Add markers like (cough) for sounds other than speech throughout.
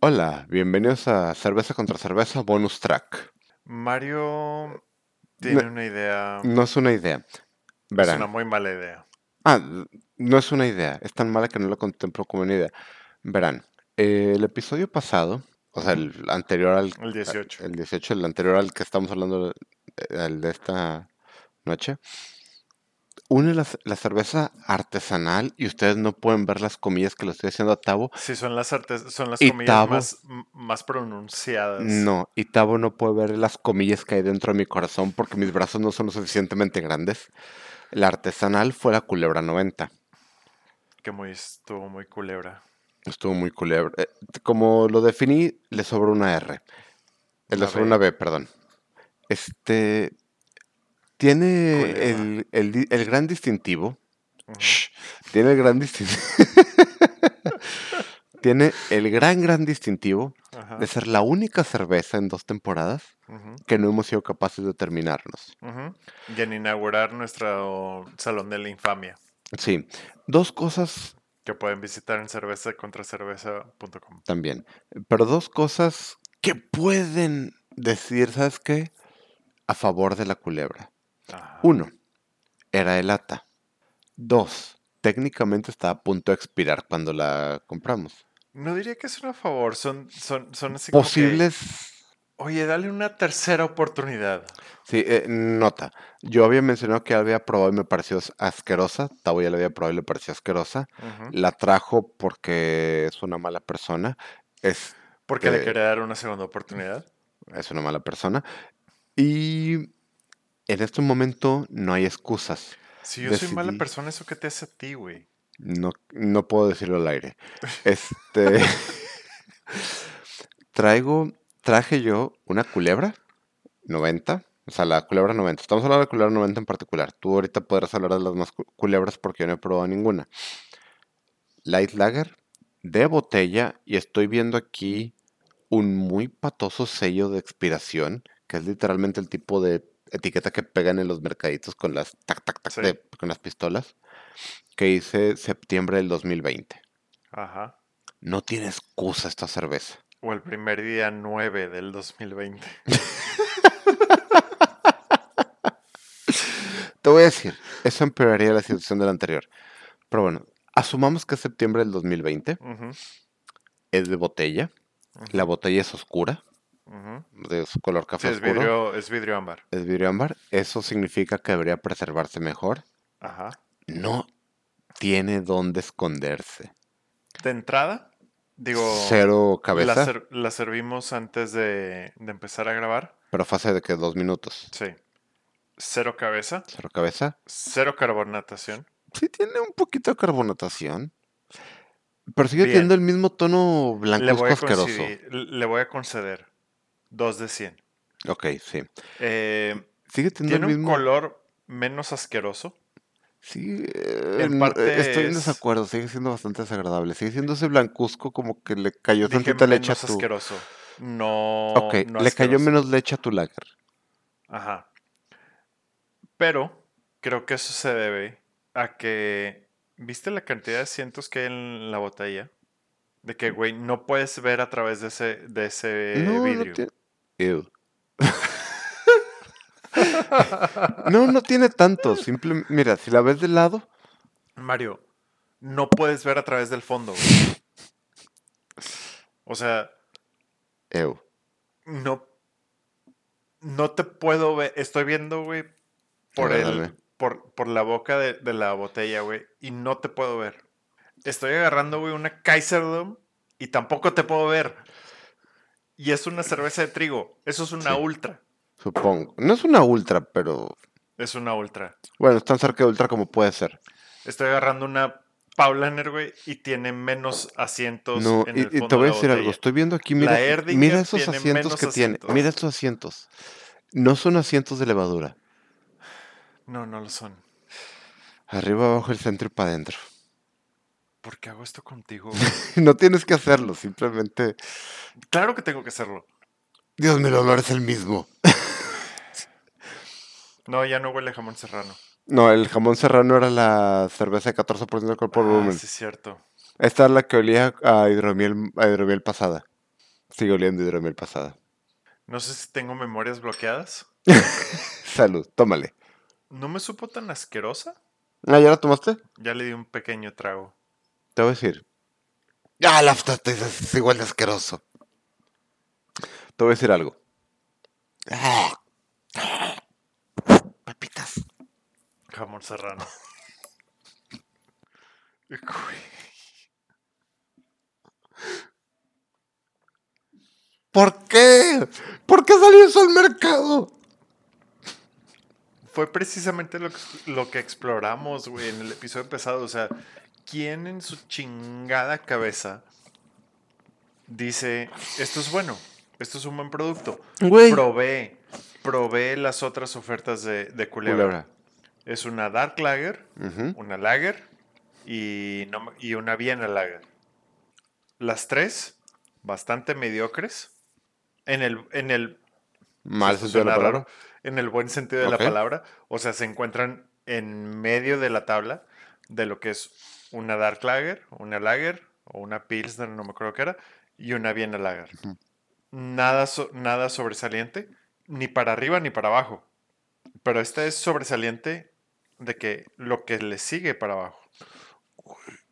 Hola, bienvenidos a Cerveza contra Cerveza Bonus Track. Mario tiene una idea. No es una idea. Es Verán. una muy mala idea. Ah, no es una idea. Es tan mala que no la contemplo como una idea. Verán, eh, el episodio pasado, o sea, el anterior al... El 18. El 18, el anterior al que estamos hablando, eh, al de esta noche, une la, la cerveza artesanal y ustedes no pueden ver las comillas que lo estoy haciendo a Tavo. Sí, son las artes, son las Y comillas Tavo. más, m- más pronunciadas. No, y Tavo no puede ver las comillas que hay dentro de mi corazón porque mis brazos no son lo suficientemente grandes. La artesanal fue la culebra 90. Que muy estuvo muy culebra. Estuvo muy culebra. Eh, t- como lo definí, le sobró una R. Eh, Una le sobró B. una B, perdón. Este. Tiene Culebra. el, el di- el gran distintivo. Ujú. Shh, tiene el gran distintivo. (laughs) tiene el gran, gran distintivo Ajá. de ser la única cerveza en dos temporadas Ujú. que no hemos sido capaces de terminarnos. Ujú. Y en inaugurar nuestro Salón de la Infamia, Sí, dos cosas que pueden visitar en cervezacontracerveza.com. también, pero dos cosas que pueden decir, ¿sabes qué? A favor de la culebra. Ajá. Uno, era el ata. Dos, técnicamente estaba a punto de expirar cuando la compramos. No diría que es un a favor, son, son, son así como que, Posibles... Oye, dale una tercera oportunidad. Sí, eh, nota. Yo había mencionado que había probado y me pareció asquerosa. Tavo ya la había probado y le pareció asquerosa. Ujú. La trajo porque es una mala persona. Es Porque le eh, quería dar una segunda oportunidad. es una mala persona. Y en este momento no hay excusas. Si yo soy mala decidí- persona, ¿eso qué te hace a ti, güey? No, no puedo decirlo al aire. Este. traigo. Traje yo una culebra 90. O sea, la culebra 90. Estamos hablando de la culebra 90 en particular. Tú ahorita podrás hablar de las más cu- culebras porque yo no he probado ninguna. Light Lager de botella. Y estoy viendo aquí un muy patoso sello de expiración. Que es literalmente el tipo de etiqueta que pegan en los mercaditos con las tac, tac, tac Sí. de- con las pistolas que hice septiembre del 2020. Ajá. No tiene excusa esta cerveza. O el primer día 9 del 2020. Te voy a decir, eso empeoraría la situación de la anterior. Pero bueno, asumamos que es septiembre del 2020, Ujú, es de botella, la botella es oscura, ujú. de su color Sí, café es oscuro, vidrio, es vidrio ámbar. es vidrio ámbar, eso significa que debería preservarse mejor. Ajá. No tiene dónde esconderse. De entrada, digo, Cero la, cabeza, ser- la servimos antes de, de empezar a grabar. pero fue hace de que dos minutos. Sí. Cero cabeza, Cero cabeza, cero carbonatación. sí tiene un poquito de carbonatación. Pero sigue Bien. teniendo el mismo tono Le blanco voy, a asqueroso. coincidir- le voy a conceder 2 de 100. Ok, sí. Eh, Sigue teniendo tiene el un mismo. color menos asqueroso. Sí, eh, en no, eh, parte estoy en es- desacuerdo. Sigue siendo bastante desagradable. Sigue siendo ese blancuzco como que le cayó Dije tantita leche a menos tu. asqueroso. No, ok, no le cayó asqueroso. menos leche a tu lager. Ajá. Pero creo que eso se debe a que, ¿viste la cantidad de cientos que hay en la botella? De que, güey, no puedes ver a través de ese, de ese no, Eh, vidrio. no tiene. Ew. (laughs) No, no tiene tanto. Simple... Mira, si la ves de lado, Mario, no puedes ver a través del fondo. güey. O sea, ew. no, no te puedo ver. Estoy viendo, güey, por, ver, el, dame. por, por la boca de, de la botella, güey, y no te puedo ver. Estoy agarrando, güey, una Kaiserdom y tampoco te puedo ver. Y es una cerveza de trigo. Eso es una Sí. ultra. Supongo. No es una ultra, pero. Es una ultra. Bueno, es tan cerca de ultra como puede ser. Estoy agarrando una Paulaner, güey, y tiene menos asientos No, en y, el y fondo te voy a de la decir algo. botella. Estoy viendo aquí, La mira, Erdinger mira esos tiene asientos menos que tiene. asientos. Mira estos asientos. No son asientos de levadura. No, no lo son. Arriba, abajo, el centro y para adentro. (laughs) ¿Por qué hago esto contigo? güey? No tienes que hacerlo, simplemente. claro que tengo que hacerlo. Dios mío, el olor es el mismo. No, ya no huele a jamón serrano. No, el jamón serrano era la cerveza de 14% de alcohol por Ah, volumen. sí, es cierto. Esta es la que olía a hidromiel, a hidromiel pasada. Sigue oliendo hidromiel pasada. No sé si tengo memorias bloqueadas. Salud, tómale. No me supo tan asquerosa. Ah, ¿ya la tomaste? Ya le di un pequeño trago. Te voy a decir. Ah, la aftaste, es igual de asqueroso. Te voy a decir algo. Ah. Papitas. Jamón serrano. ¿Por qué? ¿Por qué salió eso al mercado? Fue precisamente lo que, lo que exploramos, güey, en el episodio pasado. O sea, ¿quién en su chingada cabeza dice, esto es bueno, esto es un buen producto? Güey. Provee, provee las otras ofertas de, de culebra. Es una Dark Lager, Ujú. una Lager y, no me- y una Vienna Lager. Las tres, bastante mediocres. En el, en el Mal sentido de la Suena palabra. raro, en el buen sentido de Ok. la palabra. O sea, se encuentran en medio de la tabla de lo que es una Dark Lager, una Lager o una Pilsner, no me acuerdo qué era, y una Vienna Lager. Nada, so- nada sobresaliente, ni para arriba ni para abajo. Pero esta es sobresaliente de que lo que le sigue para abajo.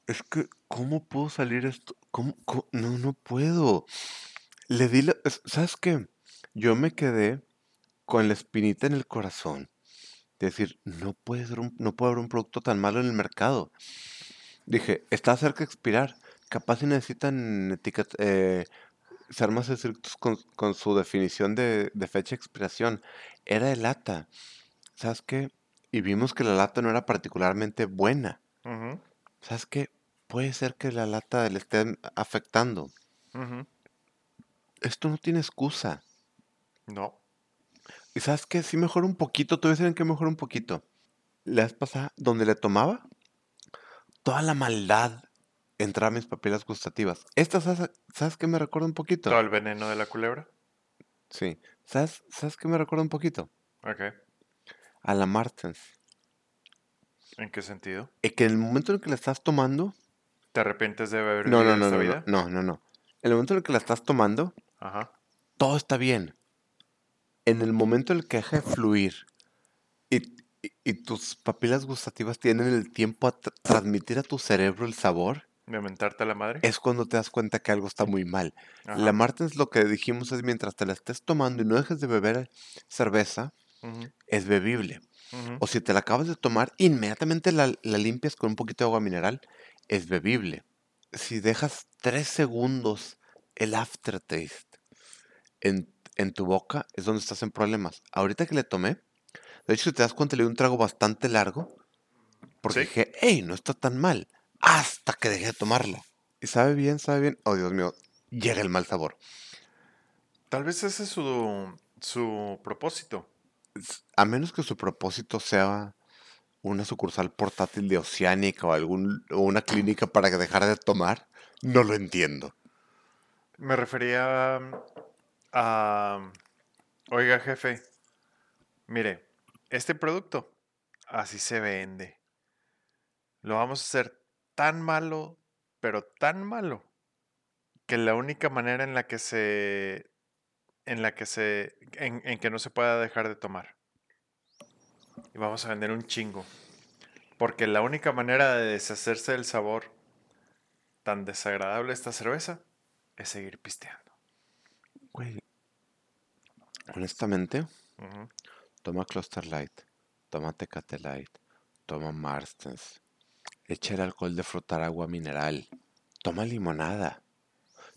Es que, ¿cómo puedo salir esto? ¿Cómo, co- No, no puedo. Le di la... es- ¿Sabes qué? Yo me quedé con la espinita en el corazón. De decir, no puede ser un, no puede haber un producto tan malo en el mercado. Dije, está cerca de expirar. Capaz si necesitan etiquet- eh, ser más estrictos con, con su definición de, de fecha de expiración. Era de lata. ¿Sabes qué? Y vimos que la lata no era particularmente buena. Ujú, ¿Sabes qué? Puede ser que la lata le esté afectando. ujú. Esto no tiene excusa. No. ¿Y sabes qué? Sí mejora un poquito. Te voy a decir en qué mejora un poquito. La vez pasada, donde le tomaba, toda la maldad entraba a mis papilas gustativas. Esta, ¿sabes, ¿sabes qué me recuerda un poquito? Todo el veneno de la culebra. Sí. ¿Sabes, ¿Sabes qué me recuerda un poquito? Ok. A la Martens. ¿En qué sentido? Es que en el momento en el que la estás tomando... ¿Te arrepientes de haber No, vivido no, no, esta no, no, vida? no, no, no. En el momento en el que la estás tomando, Ajá. todo está bien. En el momento en el que deja de fluir y, y- y tus papilas gustativas tienen el tiempo a tra- transmitir a tu cerebro el sabor, ¿De mentarte a la madre? es cuando te das cuenta que algo está muy mal. Ajá. La Martens lo que dijimos es mientras te la estés tomando y no dejes de beber cerveza, Ujú, es bebible. ujú. O si te la acabas de tomar, inmediatamente la, la limpias con un poquito de agua mineral, es bebible. Si dejas tres segundos el aftertaste en, en tu boca, es donde estás en problemas. Ahorita que le tomé, de hecho, si te das cuenta, le di un trago bastante largo, porque Sí. dije, hey, no está tan mal, hasta que dejé de tomarla. Y sabe bien, sabe bien. Oh, Dios mío, llega el mal sabor. Tal vez ese es su, su propósito. s- a menos que su propósito sea una sucursal portátil de Oceánica o, algún, o una clínica para que dejara de tomar, no lo entiendo. Me refería mm, a... Oiga, jefe, mire, este producto así se vende. Lo vamos a hacer tan malo, pero tan malo, que la única manera en la que se... en la que se... en, en que no se pueda dejar de tomar. Y vamos a vender un chingo. Porque la única manera de deshacerse del sabor tan desagradable de esta cerveza es seguir pisteando. Güey, honestamente, Ujú. toma Cluster Light, toma Tecate Light, toma Marstens, echa el alcohol de frutar agua mineral, toma limonada,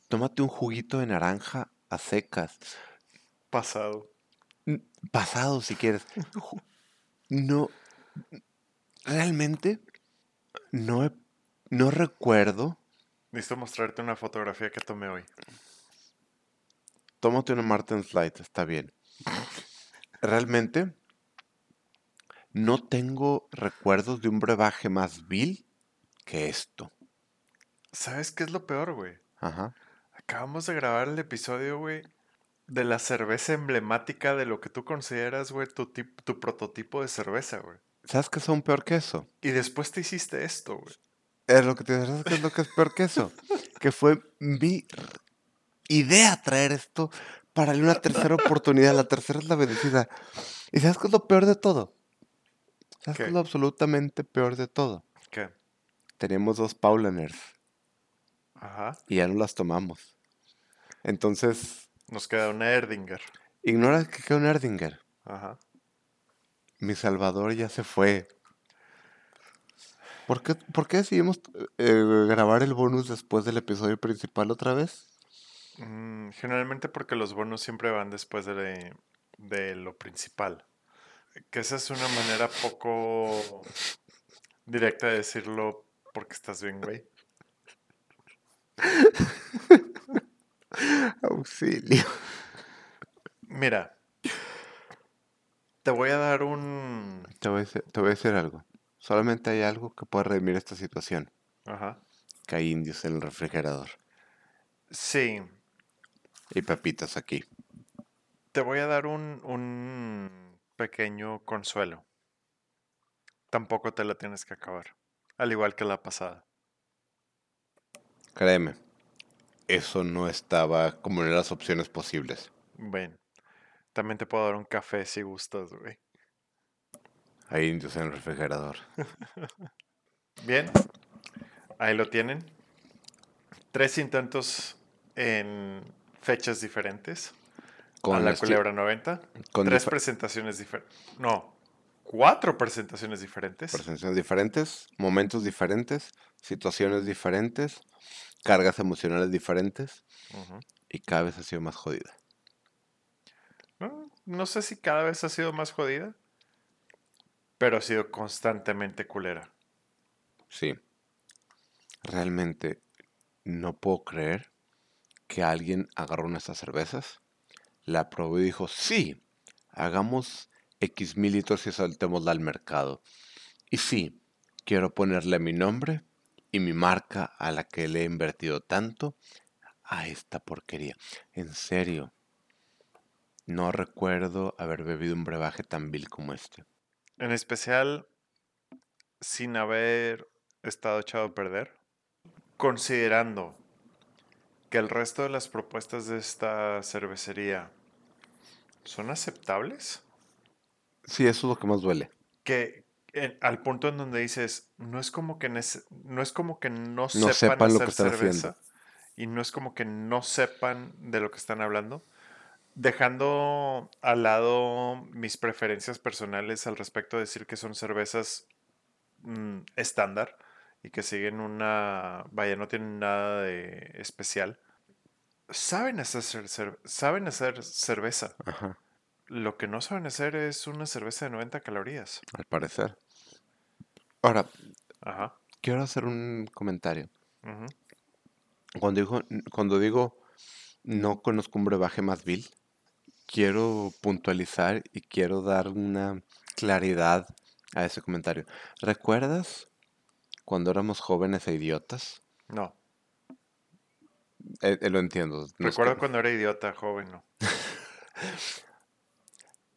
tómate un juguito de naranja a secas, Pasado. n- pasado si quieres. Ju- No, realmente no, he- no recuerdo. Necesito mostrarte una fotografía que tomé hoy. Tómate una Martens Light, está bien. Realmente no tengo recuerdos de un brebaje más vil que esto. ¿Sabes qué es lo peor, güey? Ajá. Acabamos de grabar el episodio, güey, de la cerveza emblemática de lo que tú consideras, güey, tu, tip- tu prototipo de cerveza, güey. ¿Sabes qué son peor que eso? Y después te hiciste esto, güey. Es lo que te digo, ¿sabes qué es lo que es peor que eso? Que fue mi idea traer esto para darle una tercera oportunidad. La tercera es la bendecida. ¿Y sabes qué es lo peor de todo? ¿Sabes qué, ¿Qué? es lo absolutamente peor de todo? ¿Qué? Tenemos dos Paulaners Ajá. y ya no las tomamos. Entonces, Nos queda una Erdinger. ignora que queda un Erdinger. Ajá. Mi Salvador ya se fue. ¿Por qué, por qué decidimos eh, grabar el bonus después del episodio principal otra vez? Mm, generalmente porque los bonos siempre van después de, de lo principal. Que esa es una manera poco directa de decirlo porque estás bien, güey. Auxilio. Mira, te voy a dar un... Te voy, a decir, te voy a decir algo. Solamente hay algo que puede redimir esta situación. Ajá. Que hay indios en el refrigerador. Sí, Y papitas aquí. te voy a dar un, un pequeño consuelo. Tampoco te la tienes que acabar. Al igual que la pasada. Créeme, eso no estaba como en las opciones posibles. Bueno, también te puedo dar un café si gustas, güey. Hay indios en el refrigerador. Bien, ahí lo tienen. Tres intentos en fechas diferentes a la esti- culebra 90. con Tres difer- presentaciones diferentes. No, cuatro presentaciones diferentes. presentaciones diferentes, momentos diferentes, situaciones diferentes, cargas emocionales diferentes. Ujú. Y cada vez ha sido más jodida. no, no sé si cada vez ha sido más jodida, pero ha sido constantemente culera. Sí. Realmente no puedo creer que alguien agarró nuestras cervezas, la probó y dijo, sí, hagamos X mil litros y saltémosla al mercado. Y sí, quiero ponerle mi nombre y mi marca a la que le he invertido tanto a esta porquería. En serio, no recuerdo haber bebido un brebaje tan vil como este. En especial sin haber estado echado a perder, considerando que el resto de las propuestas de esta cervecería son aceptables, Sí, eso es lo que más duele. que en- al punto en donde dices, no es como que nece- no es como que no, sepan, sepan lo que hacer están haciendo. cerveza y no es como que no sepan de lo que están hablando, dejando al lado mis preferencias personales al respecto de decir que son cervezas mm, estándar y que siguen una, vaya, no tienen nada de especial. Saben hacer, cer- saben hacer cerveza. Ajá, Lo que no saben hacer es una cerveza de 90 calorías. al parecer. Ahora, Ajá. quiero hacer un comentario. ujú. Cuando digo, cuando digo no conozco un brebaje más vil, quiero puntualizar y quiero dar una claridad a ese comentario. ¿Recuerdas cuando éramos jóvenes e idiotas? No. Eh, eh, lo entiendo. nos Recuerdo ca- cuando era idiota, joven, no.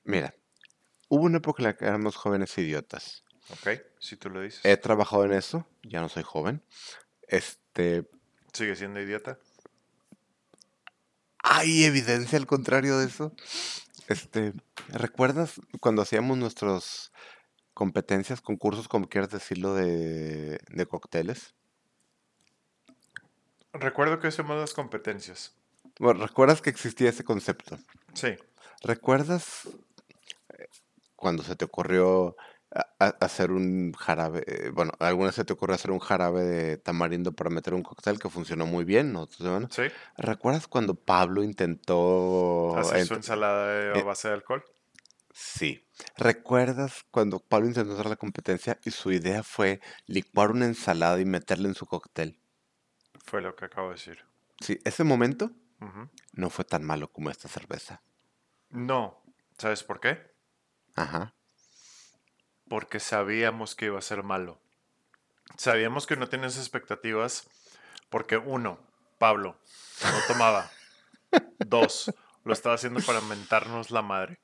Mira, hubo una época en la que éramos jóvenes e idiotas. Ok, si tú lo dices. He trabajado en eso, ya no soy joven. Este, Sigue siendo idiota. ¿Hay evidencia al contrario de eso? Este, ¿recuerdas cuando hacíamos nuestras competencias, concursos, como quieras decirlo, de, de cócteles? Recuerdo que hacemos las competencias. Bueno, ¿recuerdas que existía ese concepto? Sí. ¿Recuerdas eh, cuando se te ocurrió a- a- hacer un jarabe? eh, Bueno, alguna vez se te ocurrió hacer un jarabe de tamarindo para meter un cóctel que funcionó muy bien, ¿no? Entonces, bueno, Sí. ¿Recuerdas cuando Pablo intentó Haces su Oh, ent- ensalada de- a eh, base de alcohol. Sí. ¿Recuerdas cuando Pablo intentó hacer la competencia y su idea fue licuar una ensalada y meterla en su cóctel? Fue lo que acabo de decir. Sí, ese momento Ujú. no fue tan malo como esta cerveza. No. ¿Sabes por qué? Ajá. Porque sabíamos que iba a ser malo. Sabíamos que no tenías expectativas porque uno, Pablo, no (laughs) tomaba. Dos, lo estaba haciendo para mentarnos la madre.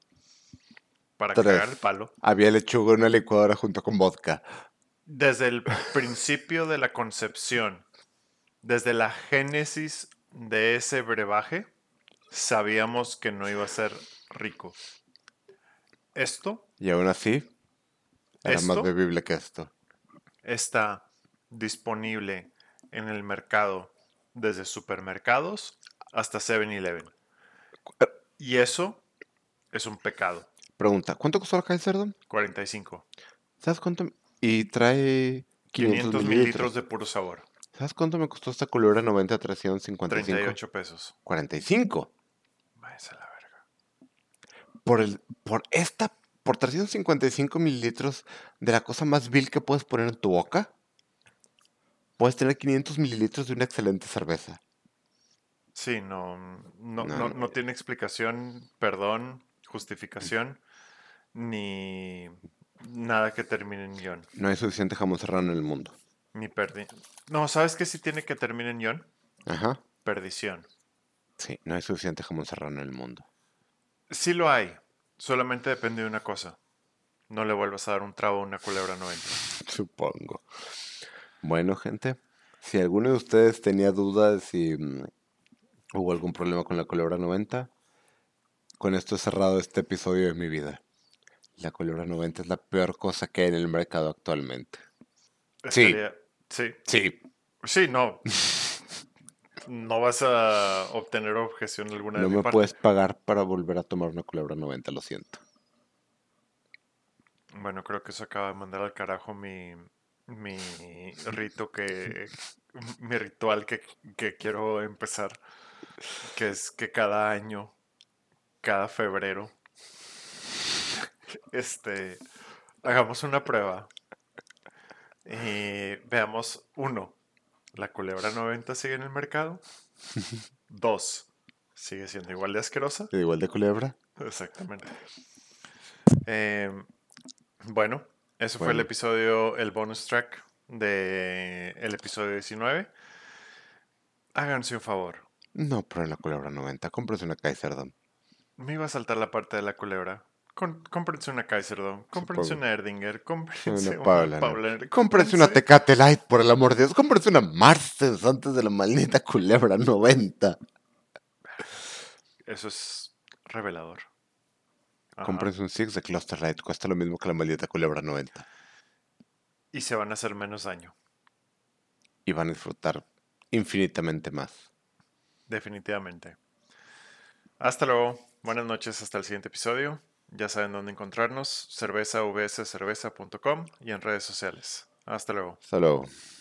Para cagar el Tres. palo. Había lechuga en una licuadora junto con vodka. Desde el principio de la concepción, desde la génesis de ese brebaje sabíamos que no iba a ser rico. Esto Y aún así, era más ¿Esto? bebible que esto. está disponible en el mercado desde supermercados hasta 7-Eleven. Y eso es un pecado. Pregunta, ¿cuánto costó la caja de cerdo? 45. ¿Sabes cuánto? Y trae 500, 500 mililitros mililitros. de puro sabor. ¿Sabes cuánto me costó esta culebra 90 a 355? 38 pesos. 45. Váyanse a la verga. Por, el, por esta, por 355 mililitros de la cosa más vil que puedes poner en tu boca, puedes tener 500 mililitros de una excelente cerveza. Sí, no, no, No, no, no. no tiene explicación, perdón, justificación, ni nada que termine en guión. No hay suficiente jamón serrano en el mundo. Ni perdi. No, ¿sabes qué sí tiene que terminar en guión? Ajá. Perdición. Sí, no hay suficiente jamón serrano en el mundo. (laughs) Sí lo hay. Solamente depende de una cosa. No le vuelvas a dar un trago a una culebra 90. Supongo. Bueno, gente, si alguno de ustedes tenía dudas si mm, hubo algún problema con la culebra 90, con esto he cerrado este episodio de mi vida. La culebra 90 es la peor cosa que hay en el mercado actualmente. Sí. Estaría- Sí. Sí, (laughs) Sí, no. No vas a obtener objeción alguna no de mi me parte. puedes pagar para volver a tomar una culebra 90, lo siento. Bueno, creo que eso acaba de mandar al carajo mi, mi rito que. Mi ritual que, que quiero empezar. Que es que cada año, cada febrero, este. Hagamos una prueba. Y veamos, uno, la culebra 90 sigue en el mercado. Dos, sigue siendo igual de asquerosa. Igual de culebra, Exactamente. Em, bueno, eso fue el Bueno. episodio, el bonus track de el episodio 19. Háganse un favor. no prueben la culebra 90, cómprese una Kaiserdom. Me iba a saltar la parte de la culebra. Con, cómprense una Kaiserdom, cómprense Supongo. una Erdinger, (laughs) cómprense una Paulaner. Paulaner, Cómprese una cómprense- Tecate Light, por el amor de Dios. Cómprese una Marsens antes de la maldita culebra 90. Eso es revelador. Ajá. Cómprese un Six de Cluster Light, cuesta lo mismo que la maldita culebra 90. Y se van a hacer menos daño. Y van a disfrutar infinitamente más. Definitivamente. Hasta luego. Buenas noches. Hasta el siguiente episodio. Ya saben dónde encontrarnos. Cerveza vscerveza.com y en redes sociales. Hasta luego. Hasta luego.